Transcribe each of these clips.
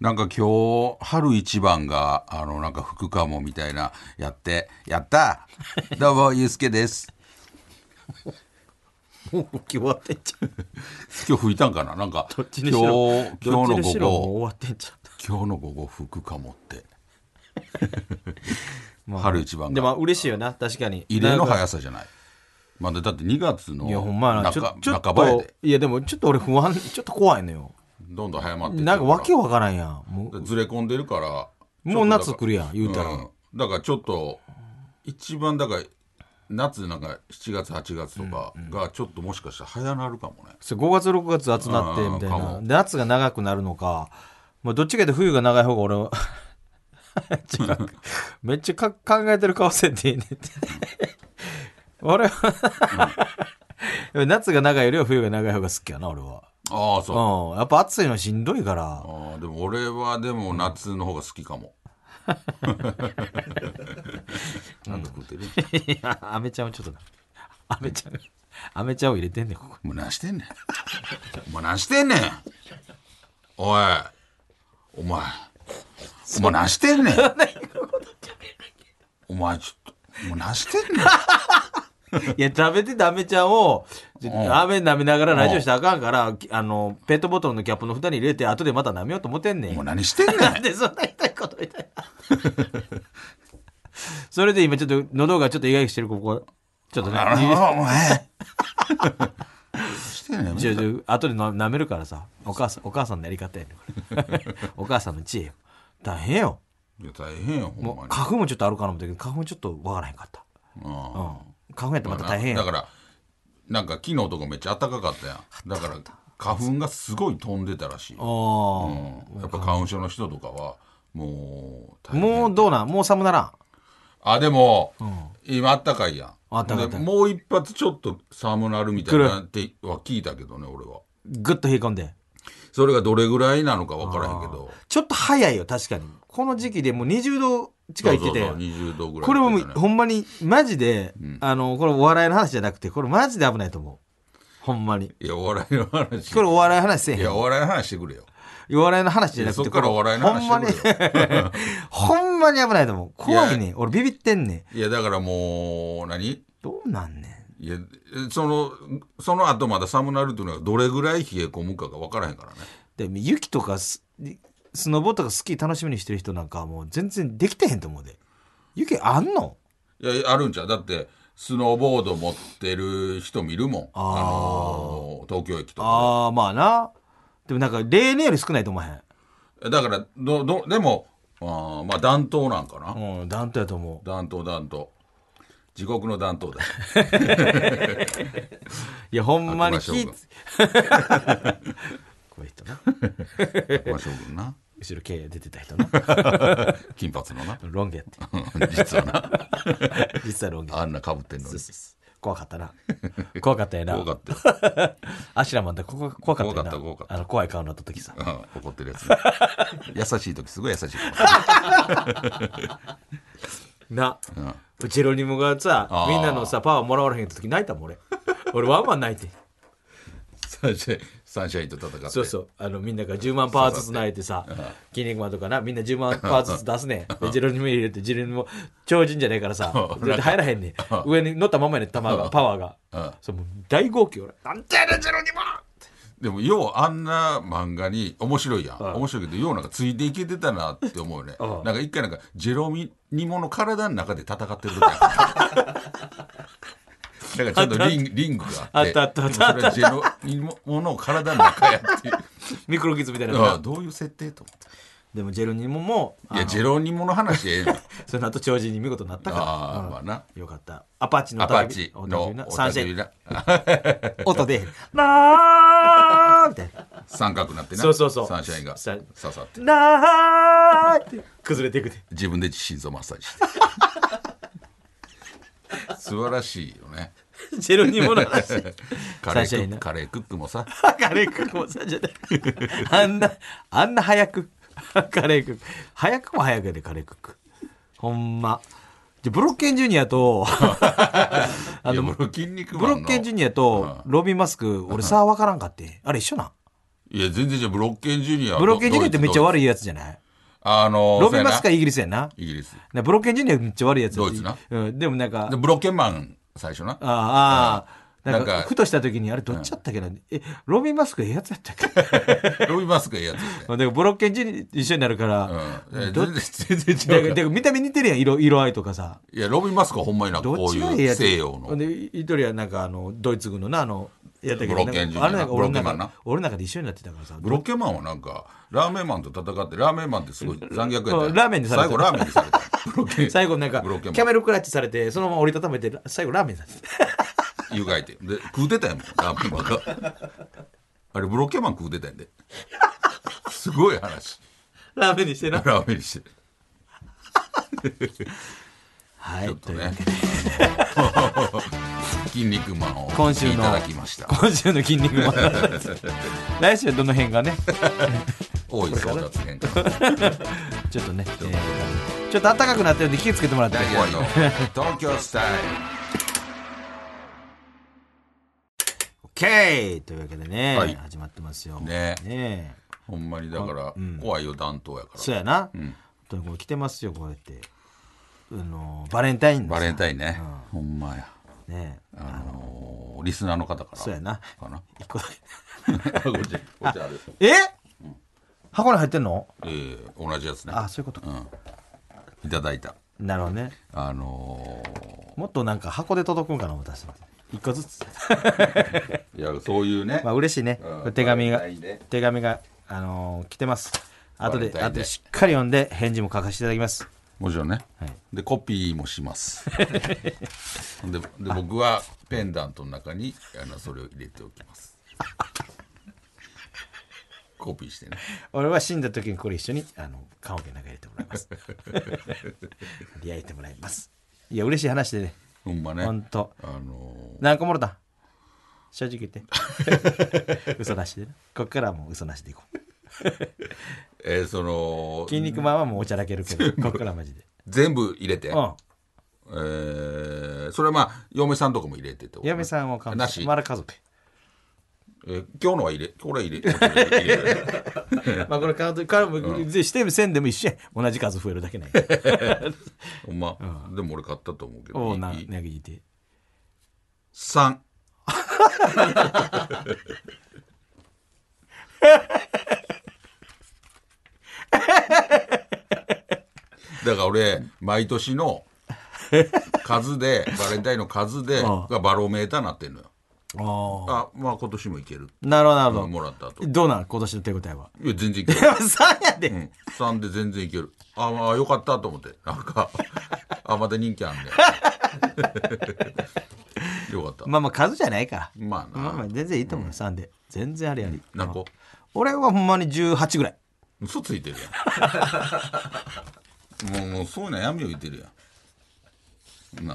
なんか今日、春一番が、あの、なんか服かもみたいな、やって、やったどうも、ゆうすけです。もう決まってんじ ゃん。今日吹いたんかななんか、どっち今に日、しろ今、日どっちにの午しろもう後、終わってんじゃ今日の午後、服かも って。春一番ん。でもが。嬉しいよな、確かに。異例なのんか速さじゃない。まだ、だって2月のいや、ほんまやな、ちょ中ちょっ半ばやとで、、いや、でもちょっと俺不安、ちょっと怖いのよ。どんどん早まっていってるなんかわけらわからんやん。もうずれ込んでるから。もう夏ちょっ来とだからるやん言うたらんだからちょっと、一番だから、夏なんか7月8月とかがちょっともしかしたら早なるかもね。そう5月6月暑なって、みたいうんかな。もで夏が長くなるのか、まあ、どっちかで冬が長い方が俺は、 違うめっちゃか考えてる顔せんでいいねんって。 俺は、 夏が長いよりは冬が長い方が好きやな、俺は。ああそうう、ん。やっぱ暑いのしんどいから。ああでも俺はでも夏の方が好きかも、なんか食ってるいや、アメちゃんをちょ っとな。アメちゃん、アメちゃんを入れてんねん、ここもう何してんねんもう何してんねんおいお前お前何して んねんお前ちょっともう何してんに。ねんいや、食べてたアメちゃんを、ちょんアメ舐めながらラジオしたらあかんから、きあの、ペットボトルのキャップの蓋に入れて、後でまた舐めようと思ってんねん。もう何し てんねんなんでそんな痛いことみたいな。 それで今ちょっと喉がちょっとイガイガしてるここちょっとねあのお前何してんねんちょちょ後でな舐めるからさお母さんお母さんのやり方やねんこれ お母さんの知恵よ大変よいや大変よほんもまうに花粉もちょっとあるかな思ったけど花粉ちょっとわからへんかった、うんうん、花粉やったらまた大変だよからなんか昨日とかめっちゃ暖かかったやんだから花粉がすごい飛んでたらしい、うんおーやっぱ花粉症の人とかはもう大変もうどうなんもう寒ならんあでも、今あったかいやんあったかいあったでかいもう一発ちょっと寒なるみたいなっては聞いたけどね俺はぐっと冷え込んでそれがどれぐらいなのか分からへんけどちょっと早いよ確かにこの時期でもう20度近いっててそうそうそう20度ぐらいこれはもう言ってたねほんまにマジで、あのこれお笑いの話じゃなくてこれマジで危ないと思うほんまにいやお笑いの話これお笑いの話せえいへんやお笑いの話してくれよお笑いの話じゃなくていやそっからお笑いの話ほんまにしてく ほんまに危ないと思う怖いねん俺ビビってんねんいやだからもう何どうなんねんいやそのその後まだ寒なるというのはどれぐらい冷え込むかが分からへんからねでも雪とかススノボとかスキー楽しみにしてる人なんかはもう全然できてへんと思うで雪あんのいやあるんちゃうだってスノーボード持ってる人見るもんあの東京駅とかああまあなでもなんか例年より少ないと思わへだからどどでもあーまあ暖冬なんかな、んうん断トやと思う暖冬暖冬地獄の暖冬 だいやほんまに悪魔将気軍ぃつ こういう人な悪魔将軍な後ろ毛出てた人な金髪のなロン毛やって実はな実際ロン毛あんなかぶってんのそうにそうそう怖かったな怖かったよな怖かったよ、アシュラマンだここが怖かったよな怖かった怖かったあの怖い顔になった時さうん、怒ってるやつね、優しい時すごい優しいな、んうジェロニモがさあーみんなのさパワーもらわれへんって時泣いたもん俺俺ワンワン泣いてサンシャインサンシャインと戦ってそうそうあのみんなが10万パワーずつ泣いてさ筋肉マンとかなみんな10万パワーずつ出すねんでジェロニモ入れてジェロニモ超人じゃねえからさうん絶対入らへんねん上に乗ったままやねん球がパワーがそうもう大号泣俺なんてやねんジェロニモでもようあんな漫画に面白いやん、面白いけどようなんかついていけてたなって思うよね、うんなんか一回なんかジェロミニモの体の中で戦ってる時あったなんかちょっとリンリングがあってあったあったあったでもそれはジェロニモの体の中やっていうミクロキッズみたいなのああがどういう設定と思ってでもジェルニモもあいのやジェロニモの話ええのその後超人に見事なったからああうんまあなよかったアパッチのアパッチおのなサンシェイドお互いな音で「なー」みたいな三角になってなそうそうそうサンシャインがさ刺さってなーって崩れていく で自分で心臓マッサージして 素晴らしいよねジェルニモの話カレーサンシクャイッンクなカレークックもさカレークックもさんじゃないあんなあんな早くカレークック早くも早くやでカレークックほんまじゃブロッケンジュニア とあいやのブロ筋肉ブマンロのッケンジュニアとロビン・マスク俺さ分からんかってあれ一緒なんいや全然じゃあブロッケンジュニアブロッケンジュニアってめっちゃい悪いやつじゃないあのロビン・マスクそうはやイギリスやななイギリスなブロッケンジュニアめっちゃ悪いやつやしドイツなうん、でもなんかでブロッケンマン最 初なああ、ああなんなんかかふとした時にあれどっちやったっけな、えロビン・マスクええやつやったっけ ロビンマスクがええやつですねだからブロッケンジュニアと一緒になるから、うんえど全だ然全然か違らうだから見た目似てるやん色色合いとかさいやロビンマスクはほんまになどこっうちいがええやうつ西洋のほんで一人はなんかあのドイツ軍のなあのやったけどブロッケンジュニアなあれなんか俺のブロッケンマン中な俺の中で一緒になってたからさブロッケンマンはなんかラーメンマンと戦ってラーメンマンってすごい残虐やったようんラーメンにされた最後ラーメンにさ れたブロッケン最後なんかキブロッケンャマンメルクラッチされてそのまま折りたためて最後ラーメンになって た湯がいてで食うてたやもんラーメンマンがあれブロッケンマン食うてたやんですごい話ラーメンにしてなラーメンにしてはいちょっとというね筋肉マンを今週のいただきました今週の「筋肉マン」来週はどの辺がね大井争奪編からちょっとね、えーちょっと暖かくなったようで気をつけてもらってダイ怖ヤいの東京スタイオッケーというわけでね、はい始まってますよ。ねねえルほんまにだから怖いよ担当やかそうらやな。本当にこれ来てますよ、こうやって。あのバレンタインのバさレンタインねほんまやねえあのーリスナーの方からそうやな。かな 一個だけこっちこっちある え、箱に入ってんのえー同じやつねあ、そういうことか。いただいたなるほどね。あのーもっとなんか箱で届くんかな、思ったら一個ずつ。いやそういうね、まあ嬉しいね。 うんこれ手紙がバレンタインね、手紙が、あのー来てます。後で、バレンタインで後でしっかり読んで返事も書かせていただきます。もちろんね、はいでコピーもします でで僕はペンダントの中にあのそれを入れておきますコピーしてね俺は死んだ時にこれ一緒にあの棺桶に入れてもらいます 焼いてもらいますいや嬉しい話でねほんまねほんとあの何個もろたん正直言って 嘘なしでねこっからはもう嘘なしでいこうーえーその筋肉マンはもうおちゃらけるけどこっからはマジで全部入れて、うんえーそれはまあ嫁さんとかも入れてってこと嫁さんをかなし、まだ家族えー今日のは入れこれは入れこれは入れ るまあこれカウントからもしてもせんでも一緒や同じ数増えるだ けないほんま、でも俺買ったと思うけおどうないいなぎいて3だから俺毎年の数でバレンタインの数でうんがバロメーターになってんのよああまあ今年もいけるあなるほどなるほど、もらった後いどうなん今年の手応え はや全然いける、 3やで、うん、3で全然いけるあまあよかったと思ってなんかあまた人気あんね よかったまあまあ数じゃないからまあなまあまあ全然いいと思う、三で全然あれやり何個俺はほんまに18ぐらい嘘ついてるやん もうもうそういうのやめよう言ってるやんな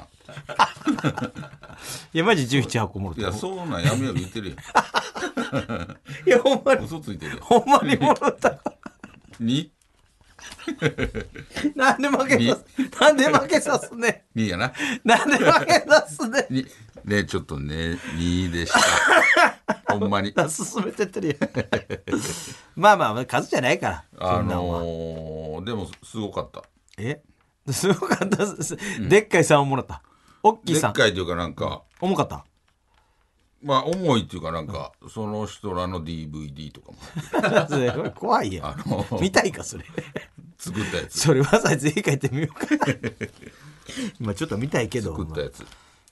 いやマジ17箱もろいてやいそうなんやめよう言ってるやほんまやんに嘘ついてるやほんまにもろたんになんで負けさすなんで負けさすねにやななんで負けさすねにねちょっとねに でしたほんまに進めてってるやんまあまあまあ数じゃないからあそんなんはのー、でもすごかったえすごかったですでっかい3をもらったおっきいでっ3かいというかなんか重かったまあ重いっていうかなんか、その人らの DVD とかもそれ 怖いやんあの見たいかそれ作ったやつそれわざわざ絵描いてみよ うかまあちょっと見たいけど作ったやつ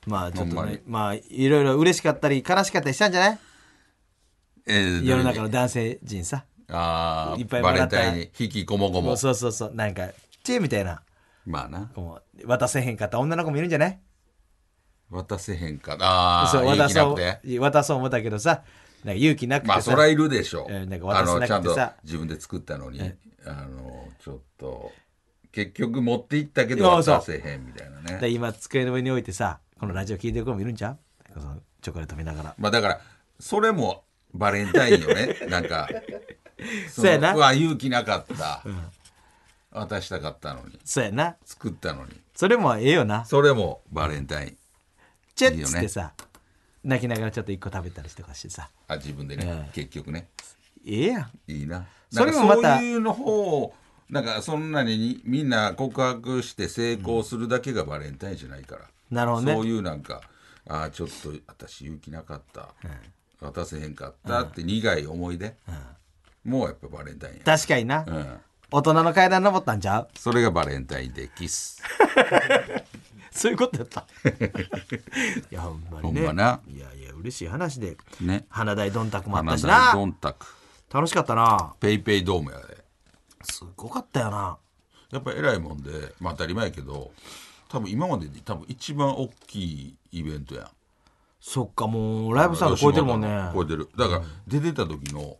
まあちょっとほんまにねまあいろいろ嬉しかったり悲しかったりしたんじゃないえー世の中の男性陣さあーいっぱいもバらレっンたタインに引きこもごももうそうそうそうなんかチーみたいなまあな子も渡せへんかった女の子もいるんじゃない渡せへんかあそうあ渡渡せなそくてう渡そう思ったけどさなんか勇気なくてさ、まあそりゃいるでしょう、えーなんかあ渡せのちゃなんくてとさ自分で作ったのに、あのちょっと結局持って行ったけどそうそう渡せへんみたいなねで今机の上に置いてさこのラジオ聞いてる子もいるんじゃんそのチョコレート見ながらまあだからそれもバレンタインよね なんかそそうやなうわ勇気なかった、渡したかったのにそうやな作ったのにそれもええよなそれもバレンタインチェいいッよつねってさ泣きながらちょっと一個食べたりとかしてさあ自分でね、結局ねええやんいいなそれもまたなんかそういうの方をなんかそんなにみんな告白して成功するだけがバレンタインじゃないから、なるほどねそういうなんかあーちょっと私勇気なかった、渡せへんかったって苦い思い出、もうやっぱバレンタインや、確かにな、うん、大人の階段登ったんちゃうそれがバレンタインでキスそういうことやった。いや、ほんまにね。ほんまないやいや、嬉しい話で。ね花大どんたくもあった花し大な。どんたく楽しかったな。ペイペイドームやですごかったよな。やっぱ偉いもんで、まあ、当たり前やけど多分今までで多分一番大きいイベントやんそっか、もうライブサウンド超えてるもんね。超えてるだから出てた時の、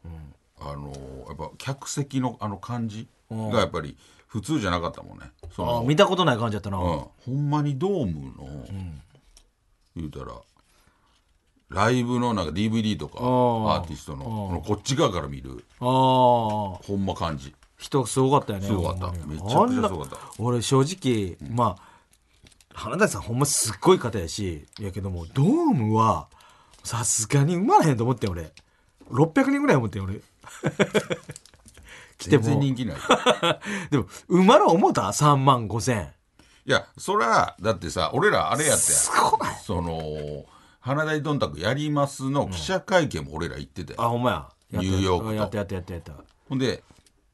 あのーやっぱ客席のあの感じがやっぱり普通じゃなかったもんねそあの見たことない感じやったな。うん、ほんまにドームの、言うたらライブのなんか DVD とかアーティストのこのこっち側から見るああ、ほんま感じ人すごかったよね。すごかったほんまにめちゃくちゃすごかったあんな俺、正直、まあ、花大さんほんますっごい方やし、やけども、ドームは、さすがに埋まらへんと思ってん俺。600人ぐらい思ってん俺。 来て全も。然人気ない でも、馬の思った3万5千。いやそらだってさ俺らあれやったやんすごないその「花大どんたくやります」の記者会見も俺ら行ってたよ、あ、ほんまや。やったニューヨークとやったやったやったやった。ほんで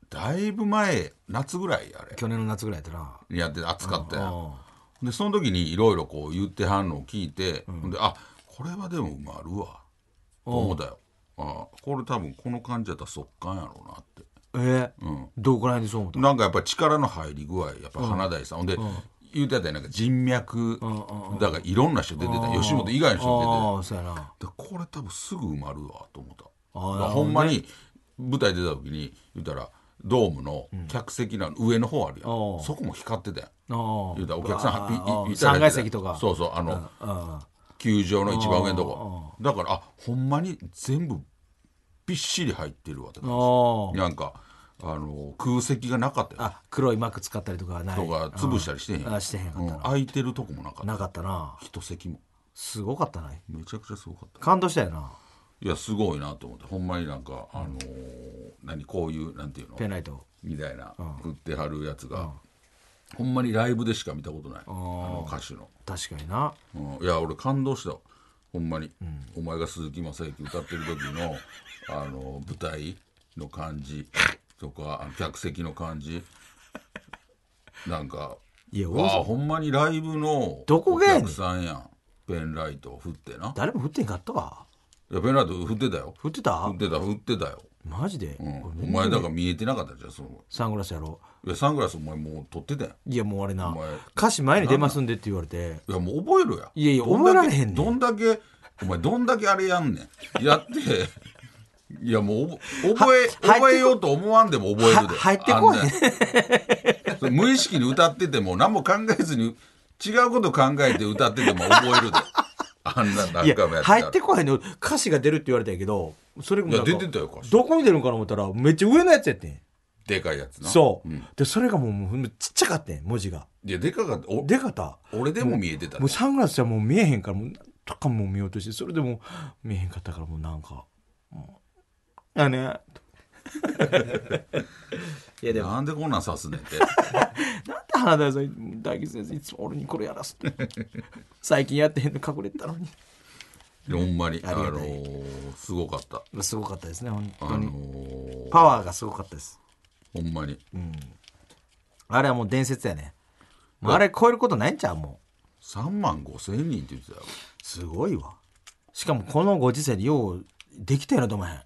だいぶ前夏ぐらいあれ去年の夏ぐらいやったな。にやって暑かったやんほんでその時にいろいろこう言ってはんのを聞いて、ほんであこれはでも埋まるわと思ったよあこれ多分この感じやったら速乾やろうなってえーどこら辺でそう思ったなんかやっぱ力の入り具合やっぱ花大さん、ほんで、言うてたやんなんか人脈、だからいろんな人出てた、吉本以外の人出てたああ、そうやな。でこれ多分すぐ埋まるわと思ったあーだからほんまに舞台出た時に言ったらドームの客席の上の方あるやん、おうそこも光ってたやんああ。言うたらお客さんあハああッあピー三階席とか。そうそうあのああ球場の一番上のとこだからあほんまに全部びっしり入ってるわって感あじなんかあの空席がなかっあたよあ黒いマック使ったりとかはない。とか潰したりしてへんやあしてへんかったなう空いてるとこもなかったなかったな。一席もすごかったな。めちゃくちゃすごかった感動したよな。いやすごいなと思ってほんまになんか、あのー何こういうなんていうのペンライト。みたいな振ってはるやつが、ほんまにライブでしか見たことない、あの歌手の、確かにな。うんいや俺感動したほんまに、お前が鈴木雅之歌ってる時の あの舞台の感じとかあの客席の感じなんかいやわあほんまにライブのどこがやねんお客さんやんペンライトを振ってな誰も降ってんかったわ。いやペンライト振ってたよ降ってた振ってた振ってたよマジで。うんお前だから見えてなかったじゃんそのサングラスやろ。いやサングラスお前もう取ってたやんいや、もうあれなお前。歌詞前に出ますんでって言われて。いやもう覚えろやいやいやどだけ覚えられへんねんどんだけお前どんだけあれやんねんやって いやもうおぼ覚は入っえてこ覚えようと思わんでも覚えるでは入ってこいあんなんそれ 無意識に歌ってても何も考えずに違うこと考えて歌ってても覚えるであんな何いや回もやってたら入ってこへんの歌詞が出るって言われたんやけどそれもなんかいや出てたよ歌詞どこに出るんかな思ったらめっちゃ上のやつやってんでかいやつなそう、んでそれがもうもうちっちゃかってん文字がいやでかかったおでかた俺でも見えてたもうサングラスじゃもう見えへんからもうなんとかもう見ようとしてそれでもう見えへんかったからもうなんかもうあね いやでもなんでこんなん刺すねんってなんで花田さ ん大吉先生いつも俺にこれやらすって最近やってへんの隠れてたのにいやほんまに、あありがたいのーすごかった。すごかったですね本あ当に、のーパワーがすごかったですほんまに。あれはもう伝説やねもうあれ超えることないんちゃうもう3万5千人って言ってたよ。すごいわしかもこのご時世でようできたよなと思えへん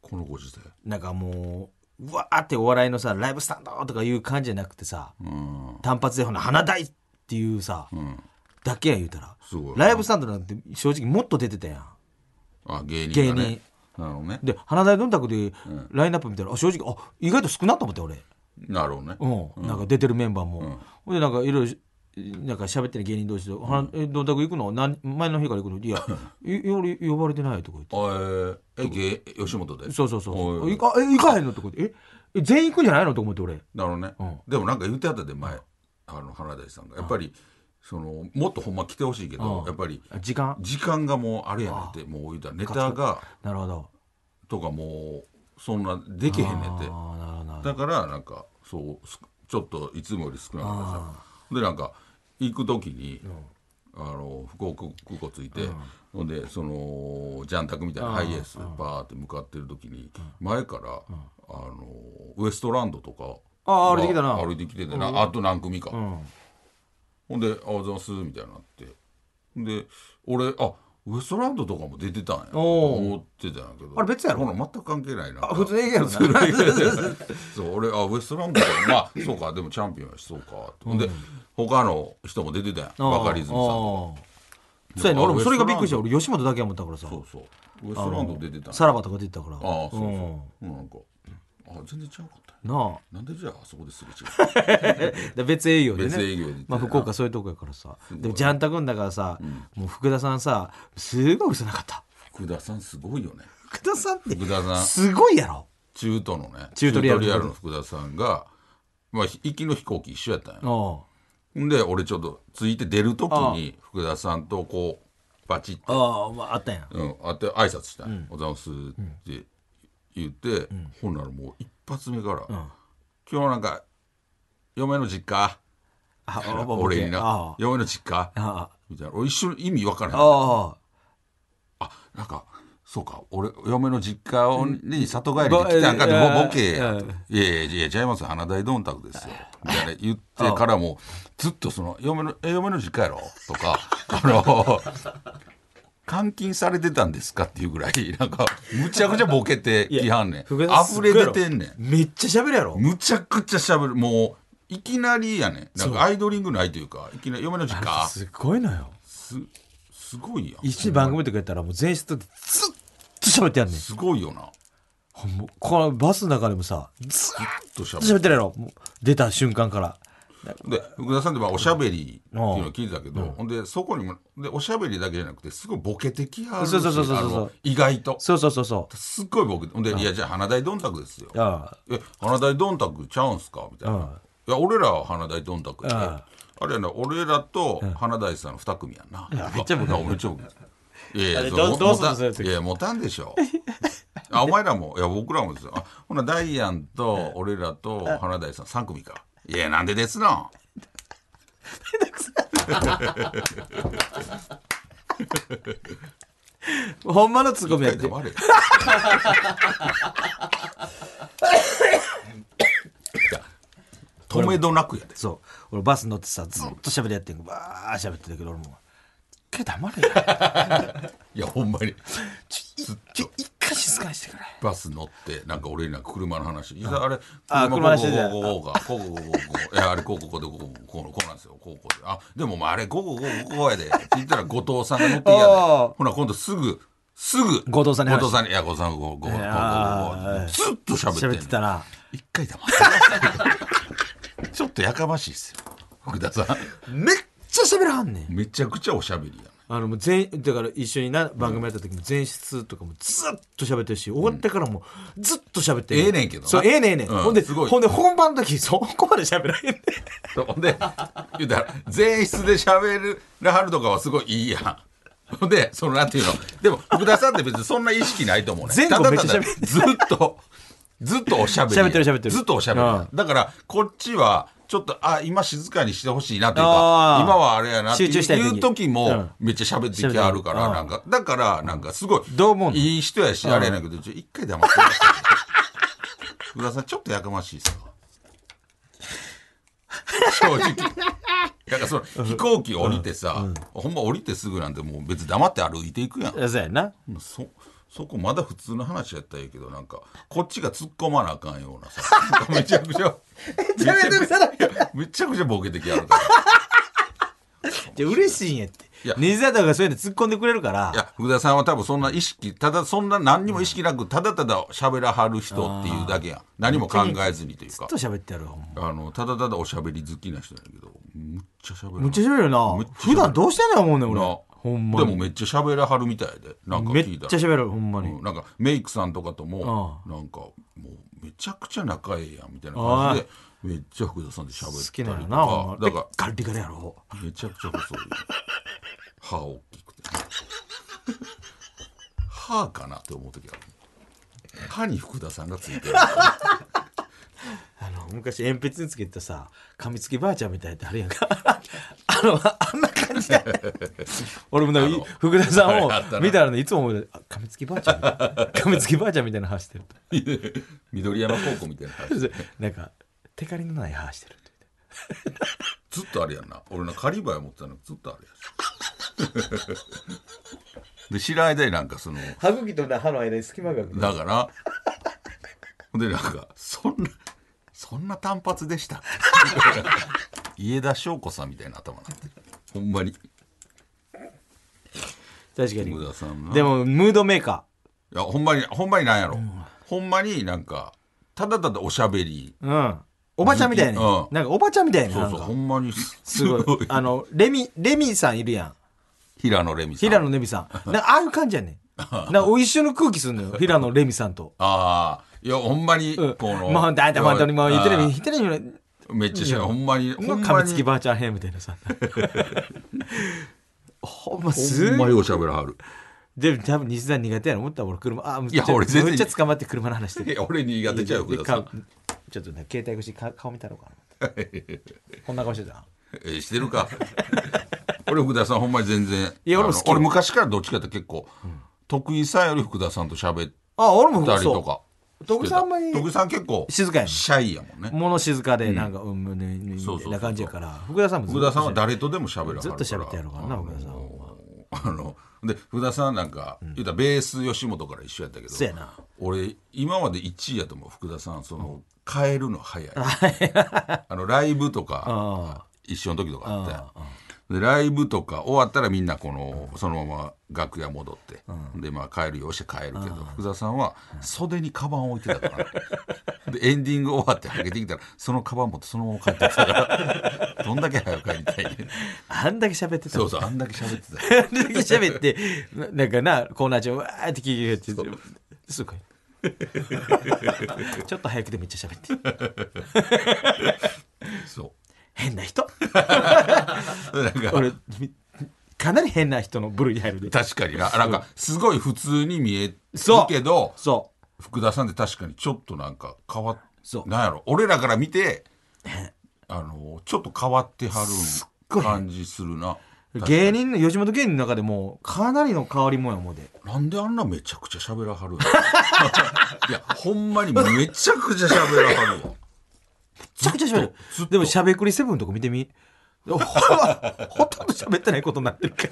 このご時世。なんかもううわーってお笑いのさライブスタンドとかいう感じじゃなくてさ、うん。単発でほな花大っていうさ、うん。だけや言うたらすごいライブスタンドなんて正直もっと出てたやんあ、芸人がね。なるほどね。で花大どんたくでラインナップ見たら、あ正直あ意外と少なと思って俺、なるほどね。うん、なんか出てるメンバーも、ほんでなんかいろいろなんか喋ってる芸人同士で「花えどんたく行くのなん前の日から行くの?」いやいい俺呼ばれてない」とか言ってあえーえ、芸、吉本で。 「そうそうそうそおういおいいかえ行かへんの?」とか言って「ええ全員行くんじゃないの?」と思って俺なるほどね、でもなんか言ってはったで前あの花大さんがやっぱりそのもっとほんま来てほしいけど、うんやっぱりあ時間時間がもうあれやねんってもう言うたらネタがなるほどとかもうそんなできへんねんっあーなてるほどなるほどだからなんかそうすちょっといつもより少なかったさでなんか行く時に、あの福岡空港着いて、ほんでそのジャンタクみたいなハイエースバーって向かってる時に、前から、あのウエストランドとかあー歩いてきたな歩いてきててな、あと何組か、ほんで「あおざいます」みたいになってで俺あウエストランドとかも出てたんやおー思ってたんやけどあれ別やろほら全く関係ないなあ普通にええやろな そう俺あウエストランドかまあそうかでもチャンピオンやしそうかほんで他の人も出てたやんバカリズムさんとさんそうやね俺もそれがびっくりした俺吉本だけや思ったからさそうそうウエストランド出てたんやさらばとか出てたからああそうそううんうんなんかあ全然ちゃうかったんやなあなんでじゃああそこですれ 違うで別営業でね別営業でまあ、福岡そういうとこやからさでもジャンタ君だからさ、もう福田さんさすごい嘘なかった福田さんすごいよね福田さんって福田さんすごいやろ中途のね中途リアル中の福田さんが、まあ、ひ行きの飛行機一緒やったんやおんで俺ちょっとついて出る時に福田さんとこうバチッああ、まあ、あったんやんうん、あって挨拶したんや、おざいます」って言って、ほんならもう一発目から「今日なんか嫁の実家ああボケ俺になあ嫁の実家」あみたいな俺一瞬意味わからないあなんかそうか俺嫁の実家をに里帰りで来たんかってうんボボケやうとん「いやいやいやちゃいます花大どんたくで すよ」みたいな言ってからもずっとその「嫁のえ嫁の実家やろ?」とか「あの監禁されてたんですか?」っていうぐらいなんかむちゃくちゃボケていやきはんねん福田さんす溢ごいれや出ろてんねんめっちゃ喋るやろむちゃくちゃしゃべるもういきなりやねんなんかアイドリングないというかいきなり嫁の実家すごいのよすごいやん一緒に番組とかやったらもう前室でずっと喋ってやんねんすごいよなほんまこのバスの中でもさずっとしゃと喋ってるやろもう出た瞬間からで福田さんってまあおしゃべりっていうのを聞いてたけど、ほんでそこにもでおしゃべりだけじゃなくてすごいボケてきはるしそうそうそうそうあそうの意外とそうそうそうそうすっごいボケてほんで「いやじゃあ花大どんたくですよ」あえ花大どんたくちゃうんすか?」みたいなうん「いや俺らは花大どんたくやでうあんれやな俺らと花大さんの2組やんな」めっちゃボケめっちゃボケいやいあれやそどうもどうすんのもたそういう時いや持たんで しょあお前らもいや僕らもですよあほなダイアンと俺らと花大さん3組かいやなんでですのあほんまのツッコミやっ一回て黙れよいや止めどなくやでそう俺バス乗ってさずっと喋りやってんのバー喋ってたけど俺も「一回黙れよいやほんまにちょちょ一回静かに してくれバス乗ってなんか俺になんか車の話いざあれあ車の話してたこうこうこうこうこうこうこうこうこういやあれこうこうこうでこうこうこうこうなんですよこうこうであでもお前あれこうこうこうこうこうやでって言ったら後藤さんが乗 ってきやであーほな今度すぐすぐ後藤さんに話後藤さんにいや後藤さんこうこうこうこうこうこあーうずっと喋ってん喋のってたら一回黙ってちょっとやかましいっすよ福田さめっちゃ喋らはんねんんめちゃくちゃおしゃべりやねあのもう全だから一緒にな番組やった時も前室とかもずっと喋ってるし終わってからもずっと喋ってるええねんけどなそうええねんええねんうんほんですごいほんで本番の時そこまで喋らへんねんほんで言うたら前室でしゃべるらはるとかはすごいいいやんほんでそのなんていうのでも福田さんって別にそんな意識ないと思うね前後ただめっちたゃだ喋ってずっとずっとおしゃべりやん喋ってる喋ってるずっとおしゃべりやんうんだからこっちはちょっと、あ、今静かにしてほしいなというあか、ー今はあれやなって集中したい時いう時も、めっちゃ喋ってきはるから、うんなんか、だから、なんかすごい、どう思うのいい人やし、あれやねんけど、ちょ一回黙ってくだ さい。福田さん、ちょっとやかましいっすわ。正直。だからその飛行機降りてさ、ほんま降りてすぐなんてもう別に黙って歩いていくやん。そうやな。そそこまだ普通の話やったらいいけどなんかこっちが突っ込まなあかんようなさなんかめちゃく ちゃめちゃくちゃめちゃくちゃボケてきやるからで嬉しいんやっていや。西田とかそういうの突っ込んでくれるからい。や福田さんは多分そんな意識ただそんな何にも意識なくただただ喋らはる人っていうだけやん何も考えずにというずっかと喋ってやるわほんま。あのただただおしゃべり好きな人やけどむっちゃ喋るむっちゃ喋るよむっなちゃ。喋る普段どうしてんのや思うねん俺。なほんまにでもめっちゃ喋らはるみたいでなんかめっ聞いちたゃら喋るほんまに。うんなんかメイクさんとかともなんかもうめちゃくちゃ仲ええやんみたいな感じでめっちゃ福田さんで喋好ってきたなりよとなほかんま。だからガリガリやろ。めちゃくちゃ細い歯大きくて歯かなって思う時ある歯に福田さんがついてる あの昔鉛筆につけてたさ噛みつきばあちゃんみたいってあるやんか あのあんな感じ で俺もなあの福田さんをあれあったな見たらねいつも思うあ噛みつきばあちゃんみたいな噛みつきばあちゃんみたいな歯してる 緑山高校みたいなと感じでなんかテカリのない歯してるとずっとあれやんな俺のカリバヤ持ってたのずっとあれやしで知らない間になんか その歯茎と歯の間に隙間がだから、ほんで、なんか、そんな、そんな単発でした。 家田翔子さんみたいな頭になってる。ほんまに。確か無に駄さんな。でもムードメーカいや、ほんまに、ほんまになんやろ。ほんまになんか、ただただおしゃべり。ーうんおばちゃんみたいね、うんなんかおばちゃんみたいねそなうんそう、かほんまにすすごいごい。あのレミレミさんいるやん平野レミさん。平野レミさん なんかああいう感じやねんなんかお一緒の空気すんのよ平野レミさんとああ。いや、ほんまに、うんこの。もう大体本当にもう言ってるあ意ー味言ってる意味めっちゃしゃ、ほんまに、ほのん噛まみつきに、ばあちゃん編みたいなさ ほんまほすんまにおしゃべらはる。でも多分西田苦手やな思った俺車あいや俺全然めっちゃ捕まって車の話しているや俺苦手ちゃう、で福田さん。顔ちょっとね携帯越しにか顔見たろ うかなこんな顔してたなえーしてるか 俺福田さんほんまに全然いや俺もあの好きよ昔からどっちかって結構、得意さんより福田さんと喋っあ俺もたりとそかう徳井さんあんまり徳井さん結構静かやもんシャイやもんねう物静かでなんかうんうんうんみそうそたいううそな感じやから福田さんもずっ福と田さんは誰とでも喋らはるからずっと喋ってやろうからな福田さんはあので福田さんなんか、言うたらベース吉本から一緒やったけどそうやな俺今まで1位やと思う福田さんその、変えるの早 いあのライブとか一緒の時とかあってでライブとか終わったらみんなこの、そのまま楽屋戻って、でまあ帰るようして帰るけど、福田さんは袖にカバン置いてたから、 でエンディング終わって開けてきたらそのカバン持ってそのまま帰ってきた からどんだけ早く帰りたいねんあんだけ喋ってたそうもんそうあんだけ喋ってた あんだけ喋ってななんかなコーナー中わーって聞いてくれてす ごいちょっと早くでめっちゃ喋ってそ変な人うなんか俺みかなり変な人の部類に入るで確かにななんかすごい普通に見えるそうけどそ福田さんって確かにちょっとなんか変わっそうなんやろ俺らから見てあのちょっと変わってはごるい感じするなう芸人の吉本芸人の中でもかなりの変わりもんやもんでなんであんなめちゃくちゃ喋らは るんやいやほんまにめちゃくちゃ喋らはるわめちゃくちゃ喋るずっとでもしゃべくりセブンとか見てみほら ほとんど喋ってないことになってる か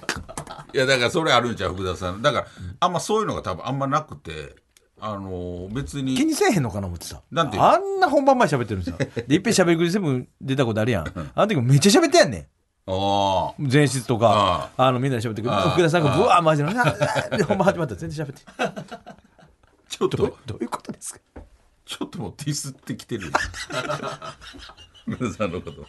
ら いやだからそれあるんちゃう福田さんだからあんまそういうのが多分あんまなくてあの別に気にせえへんのかな思ってさなんていうのあんな本番前喋ってるんですよ でいっぺんしゃべくりセブン出たことあるやんあの時もめっちゃ喋ってやんねんああ前室とか、あの、みんなで喋ってくる。ああ福田さんがブワーマジの、ななで、本番始まったら全然喋って。ちょっとどういうことですかちょっともうディスってきて る福田さんのこと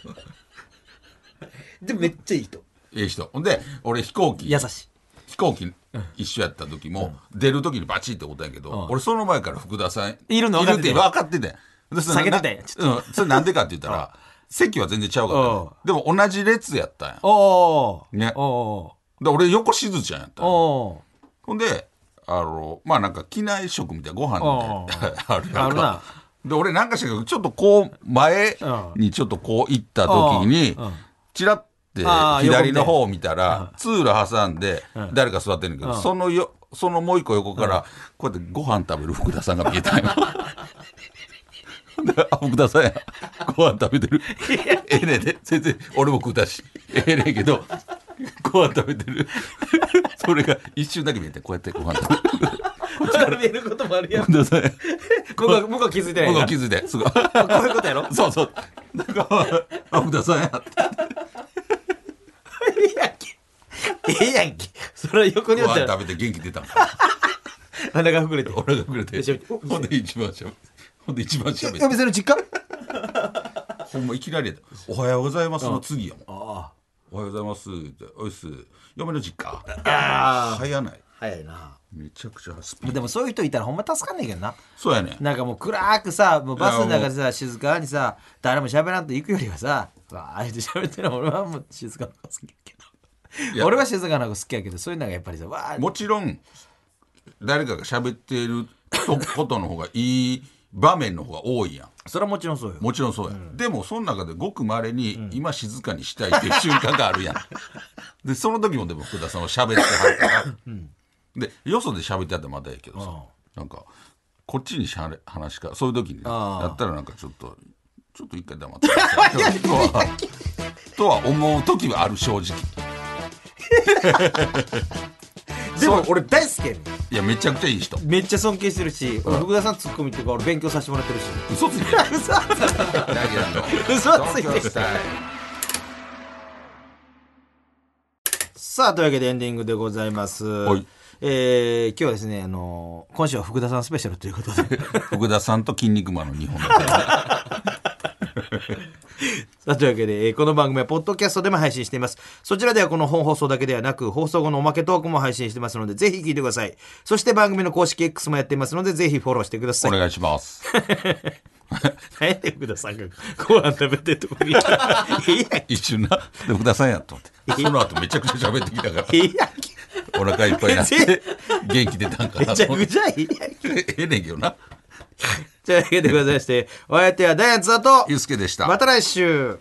でもめっちゃいい人。ええ人ほんで俺飛行機優しい。飛行機一緒やった時も、出る時にバチってことやけど、俺その前から福田さんいるのい分かっるっててて分かっててでそれ避けてたんやちなうん、それなんでかって言ったら席は全然ちゃうかったねでも同じ列やったんやおお。ねおお。で俺横しずちゃんやったんおやお。 ほんであのまあなんか機内食みたいなご飯みたいなあるやあんるかなで俺なんかしたけどちょっとこう前にちょっとこう行った時にうんうんチラってあー左の方を見たら通路挟んで誰か座ってんねんけどそのよそのもう一個横からこうやってご飯食べる福田さんが見えたんよ。 であ福田さんやご飯食べてるええねんで全然俺も食うたしええねんけどご飯食べてるそれが一瞬だけ見えてこうやってご飯食べてる見えることもあるやん福田さんや向こう向こう気づいてない僕なは気づいてすごいこういうことやろそうそう。なんか、あ、福田さんやって。ええやんけええやんけそれは横にごおった飯ら食べて元気出たの。鼻が膨れて俺がくれてめちゃめちゃ。ほんで一番しゃべほんで一番しゃべお店の実家ほんまいきなりやったおはようございますの次やもん。あおはようございますって。おいっす。嫁の実家。あ早ない。早いなめちゃくちゃスピード。でもそういう人いたらほんま助かんねえけどなそうやねん。なんかもう暗くさもうバスの中でさ静かにさ誰も喋らんと行くよりはさわああえて喋ってるの俺はもう静かな方が好きやけいどや俺は静かな方が好きやけどそういうのがやっぱりさわあもちろん、誰かが喋ってるとことの方がいい場面の方が多いやん。それはもちろんそうよもちろんそうや、でもその中でごくまれに、今静かにしたいっていう瞬間がある やんでその時もでも福田さんは喋ってはるから、でよそで喋ってはったらまたやけどさ、なんかこっちにしゃれ話しかそういう時にねあーやったらなんかちょっとちょっと一回黙ってくださ いとはとは思う時はある正直でも俺大好きやねんいやめちゃくちゃいい人めっちゃ尊敬してるし俺福田さんツッコミとか俺勉強させてもらってるし嘘ついてる嘘大事なの嘘ついてる同居したいさあというわけでエンディングでございますいえー今日はですねあのー今週は福田さんスペシャルということで 福田さんと筋肉マンの日本だからさあというわけで、えーこの番組はポッドキャストでも配信しています。そちらではこの本放送だけではなく、放送後のおまけトークも配信してますので、ぜひ聞いてください。そして番組の公式 X もやっていますので、ぜひフォローしてくださおい。 願いします何やねん福田さんがご飯食べてるとこに。いや、一瞬なで福田さんやと思 ってその後めちゃくちゃ喋ってきたかいや、らお腹いっぱいに なって元気出たんかめなちとゃ思っくてちゃいや。ええねんけどなというわけでございまして、お相手はダイアンツだと、ゆうすけでしたまた来週。